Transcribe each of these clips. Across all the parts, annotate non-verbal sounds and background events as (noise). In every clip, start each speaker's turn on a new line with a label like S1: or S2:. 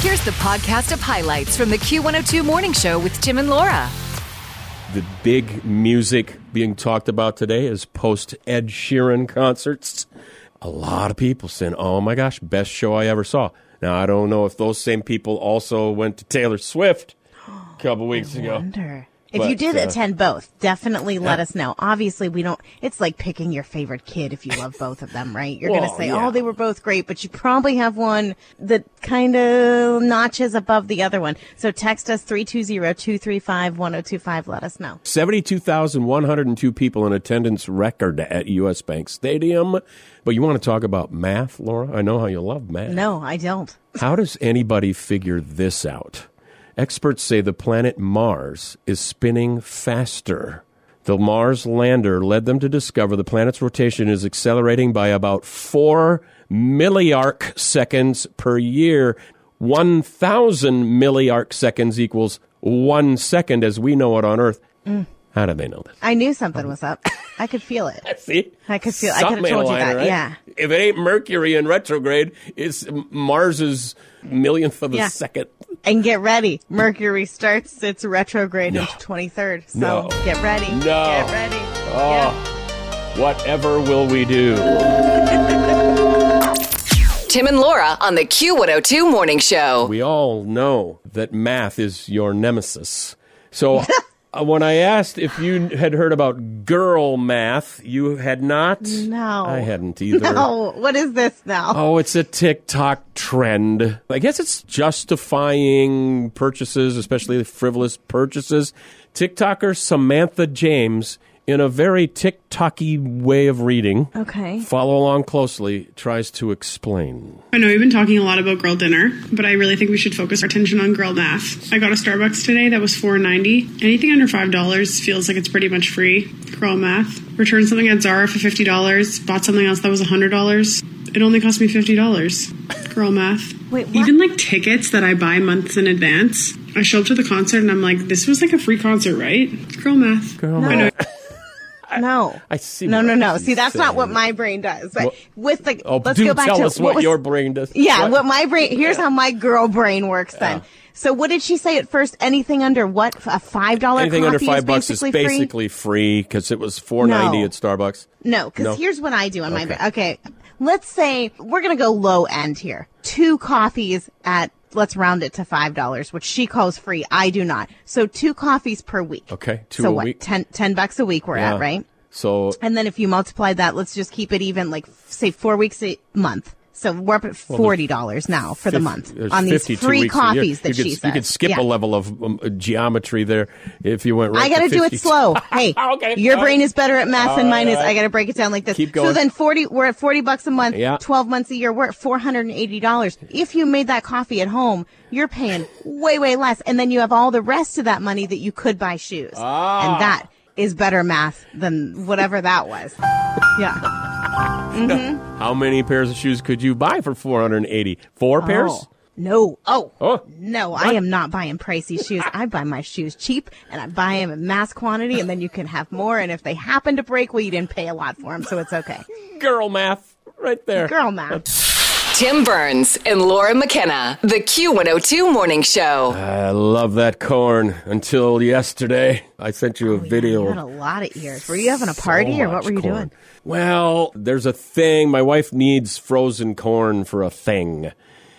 S1: Here's the podcast of highlights from the Q102 Morning Show with Jim and Laura.
S2: The big music being talked about today is post Ed Sheeran concerts. A lot of people saying, oh my gosh, best show I ever saw. Now, I don't know if those same people also went to Taylor Swift a couple weeks ago.
S3: wonder. If
S2: But,
S3: you did
S2: uh,
S3: attend both, definitely let us know. Obviously, we don't. It's like picking your favorite kid if you love both of them, right? You're going
S2: Well,
S3: to say,
S2: yeah.
S3: "Oh, they were both great," but you probably have one that kind of notches above the other one. So text us 320-235-1025. Let us know.
S2: 72,102 people in attendance record at U.S. Bank Stadium. But you want to talk about math, Laura? I know how you love math.
S3: No, I don't.
S2: How does anybody figure this out? Experts say the planet Mars is spinning faster. The Mars lander led them to discover the planet's rotation is accelerating by about four milliarc seconds per year. 1,000 milliarc seconds equals one second as we know it on Earth.
S3: Mm.
S2: How do they know this?
S3: I knew something
S2: Um,
S3: was up. I could feel it.
S2: See,
S3: I could feel- I could've
S2: Something
S3: told you
S2: ain't
S3: that,
S2: right.
S3: yeah.
S2: If it ain't Mercury in retrograde, it's Mars's millionth of a
S3: Yeah.
S2: second.
S3: And get ready. Mercury starts its retrograde into 23rd. So
S2: No.
S3: get ready.
S2: No. Oh,
S3: Get ready. Yeah.
S2: Whatever will we do?
S1: Tim and Laura on the Q102 Morning Show.
S2: We all know that math is your nemesis. (laughs) So uh, when I asked if you had heard about girl math, you had not?
S3: No.
S2: I hadn't either.
S3: (laughs) Oh, what is this now?
S2: Oh, it's a TikTok trend. I guess it's justifying purchases, especially frivolous purchases. TikToker Samantha James, in a very TikToky way of reading,
S3: Okay.
S2: follow along closely, tries to explain.
S4: I know we've been talking a lot about girl dinner, but I really think we should focus our attention on girl math. I got a Starbucks today that was four ninety. Anything under five dollars feels like it's pretty much free. Girl math. Returned something at Zara for fifty dollars. Bought something else that was hundred dollars. It only cost me fifty dollars. Girl math.
S3: Wait, what?
S4: even like tickets that I buy months in advance. I show up to the concert and I'm like, this was like a free concert, right? Girl math. Girl
S3: No. no.
S2: I see
S3: No,
S2: what
S3: no, no.
S2: she's
S3: See, that's not
S2: saying.
S3: what my brain does. But
S2: Well-
S3: with the
S2: Oh,
S3: let's
S2: do
S3: go back
S2: tell
S3: to
S2: us what,
S3: was-
S2: your brain does.
S3: (laughs) Yeah, what, my brain. Here's how my girl brain works then.
S2: Yeah.
S3: So what did she say at first? Anything under what? A five dollar
S2: anything under five
S3: is
S2: bucks is
S3: basically free?
S2: basically free because it was four ninety
S3: No.
S2: at Starbucks.
S3: No, because
S2: No.
S3: here's what I do on my
S2: Okay.
S3: bra- okay. Let's say we're gonna go low end here. Two coffees at let's round it to five dollars, which she calls free. I do not. So two coffees per week.
S2: Okay, two
S3: so
S2: a
S3: what?
S2: week.
S3: Ten, 10 bucks a week. We're
S2: Yeah.
S3: at right.
S2: Uh, So
S3: And then if you multiply that, let's just keep it even, like f- say four weeks a month. So we're up at forty dollars now for the
S2: fif-
S3: month
S2: there's
S3: on these
S2: 52
S3: free
S2: weeks a year.
S3: coffees that
S2: you could,
S3: she says.
S2: You could skip
S3: Yeah.
S2: a level of um, geometry there if you went right
S3: I got to do it
S2: 52. (laughs)
S3: slow. Hey,
S2: Okay.
S3: your
S2: All
S3: brain
S2: right.
S3: is better at math
S2: All
S3: than
S2: right,
S3: mine is.
S2: all right.
S3: I got to break it down like this.
S2: Keep
S3: So
S2: going.
S3: then 40 we're at 40 bucks a month,
S2: Yeah.
S3: 12 months a year, we're at 480 dollars. If you made that coffee at home, you're paying way way less and then you have all the rest of that money that you could buy shoes.
S2: Ah.
S3: And that is better math than whatever that was. Yeah.
S2: How many pairs of shoes could you buy for four hundred and eighty? Four pairs?
S3: Oh. No. Oh.
S2: Oh.
S3: No, I am not buying pricey shoes. I buy my shoes cheap and I buy them in mass quantity and then you can have more. And if they happen to break, well, you didn't pay a lot for them. So it's okay.
S2: Girl math, right there.
S3: Girl math.
S1: Tim Burns and Laura McKenna, the Q102 Morning Show.
S2: I love that corn. Until yesterday, I sent you a video.
S3: You had a lot of ears. Were you having a party
S2: so
S3: or what
S2: Oh, much
S3: were you
S2: corn.
S3: doing?
S2: Well, there's a thing. My wife needs frozen corn for a thing.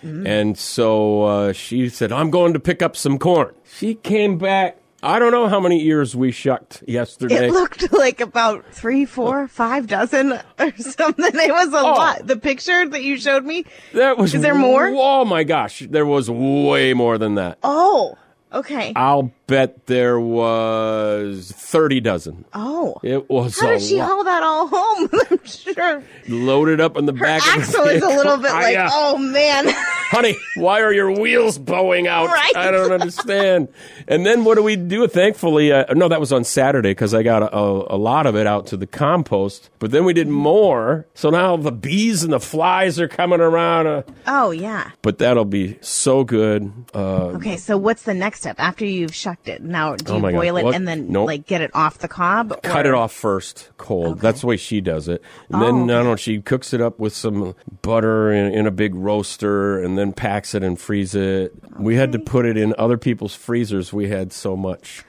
S3: Mm-hmm.
S2: And so uh, she said, I'm going to pick up some corn. She came back. I don't know how many ears we shucked yesterday.
S3: It looked like about three,
S2: Oh.
S3: four, five dozen or (laughs) something. It was a lot. The picture that you showed me.
S2: that was
S3: Is there more?
S2: Oh my gosh, there was way more than that.
S3: Oh, okay.
S2: I'll bet there was 30 dozen.
S3: Oh.
S2: It was
S3: How
S2: a
S3: did she
S2: lot.
S3: haul that all home? (laughs) I'm sure
S2: loaded up in the
S3: her
S2: back of
S3: axle
S2: the uh,
S3: is a
S2: (laughs)
S3: little bit like,
S2: Hiya.
S3: oh man. (laughs)
S2: honey, why are your wheels bowing out?
S3: Right.
S2: I don't understand. and then what do we do? Thankfully, uh, no, that was on Saturday because I got a, a, a lot of it out to the compost. But then we did more. So now the bees and the flies are coming around. Uh,
S3: oh yeah.
S2: but that'll be so good. Uh,
S3: Okay, so what's the next step after you've shucked it? Now, do
S2: Oh
S3: you
S2: my God.
S3: boil it
S2: What?
S3: and then
S2: Nope.
S3: like get it off
S2: (laughs)
S3: the cob?
S2: Cut
S3: or-
S2: it off first, cold. That's the way she does it. And then, I don't know, she cooks it up with some butter in, in a big roaster and then packs it and frees it. We had to put it in other people's freezers. We had so much.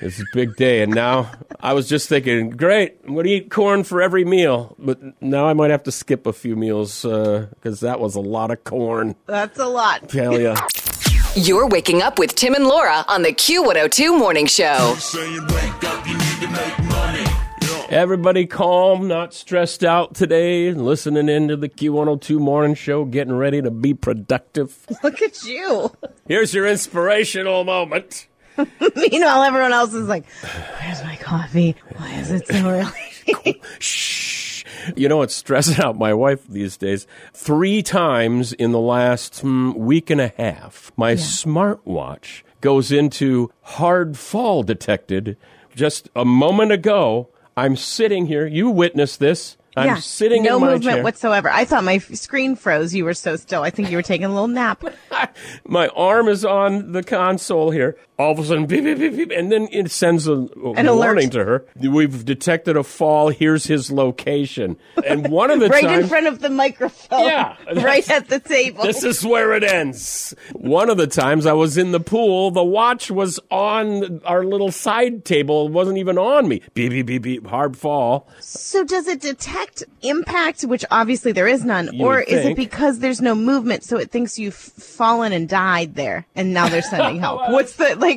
S2: It's a big day. And now I was just thinking, great, I'm going to eat corn for every meal. But now I might have to skip a few meals because that was a lot of corn.
S3: That's a lot. (laughs)
S2: Tell ya.
S1: You're waking up with Tim and Laura on the Q102 Morning Show.
S5: Saying wake up, you need to make money. Yeah.
S2: Everybody calm, not stressed out today, listening into the Q102 morning show, getting ready to be productive.
S3: Look at you. (laughs)
S2: Here's your inspirational moment.
S3: Meanwhile, everyone else is like, "Where's my coffee? Why is it so (laughs) early?"
S2: Shh. You know, it's stressing out my wife these days. Three times in the last hmm, week and a half, my smartwatch goes into hard fall detected just a moment ago. I'm sitting here. You witnessed this. I'm
S3: Yeah.
S2: sitting
S3: no
S2: in my
S3: movement
S2: chair.
S3: whatsoever. I thought my f- screen froze. You were so still. I think you were taking a little
S2: (laughs)
S3: nap.
S2: my arm is on the console here. All of a sudden, beep, beep, beep, beep, and then it sends a, a warning
S3: An alert.
S2: to her. We've detected a fall. Here's his location. And one
S3: (laughs)
S2: of the
S3: right
S2: times,
S3: in front of the microphone.
S2: Yeah.
S3: (laughs) right at the table.
S2: this is where it ends. One of the times I was in the pool, the watch was on our little side table. It wasn't even on me. Beep, beep, beep, beep. Hard fall.
S3: so does it detect impact, which obviously there is none, or
S2: would
S3: is it
S2: think.
S3: because there's no movement, so it thinks you've fallen and died there, and now they're sending
S2: (laughs)
S3: help? What's the like?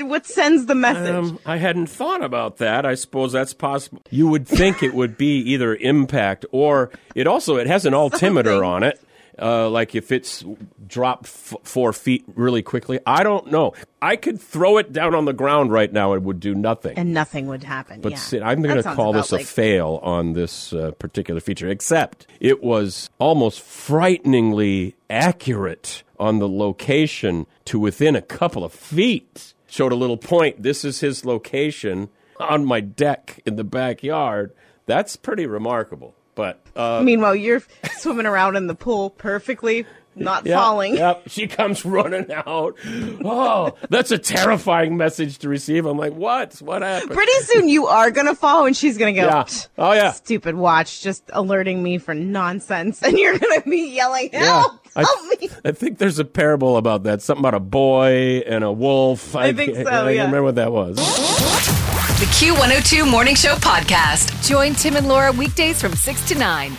S3: what sends the message?
S2: Um, I hadn't thought about that. I suppose that's possible. You would think it would be either impact or it also it has an altimeter
S3: Something.
S2: on it. Uh, like if it's dropped f- four feet really quickly, I don't know. I could throw it down on the ground right now; it would do nothing.
S3: and nothing would happen.
S2: But
S3: yeah.
S2: see, I'm
S3: That
S2: going to
S3: sounds
S2: call
S3: about
S2: this a
S3: like-
S2: fail on this uh, particular feature, except it was almost frighteningly accurate on the location to within a couple of feet. Showed a little point. This is his location on my deck in the backyard. That's pretty remarkable. But uh,
S3: Meanwhile, you're swimming around in the pool perfectly, not
S2: yeah,
S3: falling.
S2: Yep, she comes running out. Oh, that's a terrifying message to receive. I'm like, what? What happened?
S3: Pretty soon you are gonna fall and she's gonna go,
S2: Yeah. Oh, yeah.
S3: stupid watch, just alerting me for nonsense. (laughs) And you're gonna be yelling, help,
S2: I-
S3: help me.
S2: I think there's a parable about that. Something about a boy and a wolf. I,
S3: think
S2: can't-
S3: so,
S2: I
S3: yeah.
S2: can't remember what that was.
S1: oh The Q102 Morning Show podcast. Join Tim and Laura weekdays from 6 to 9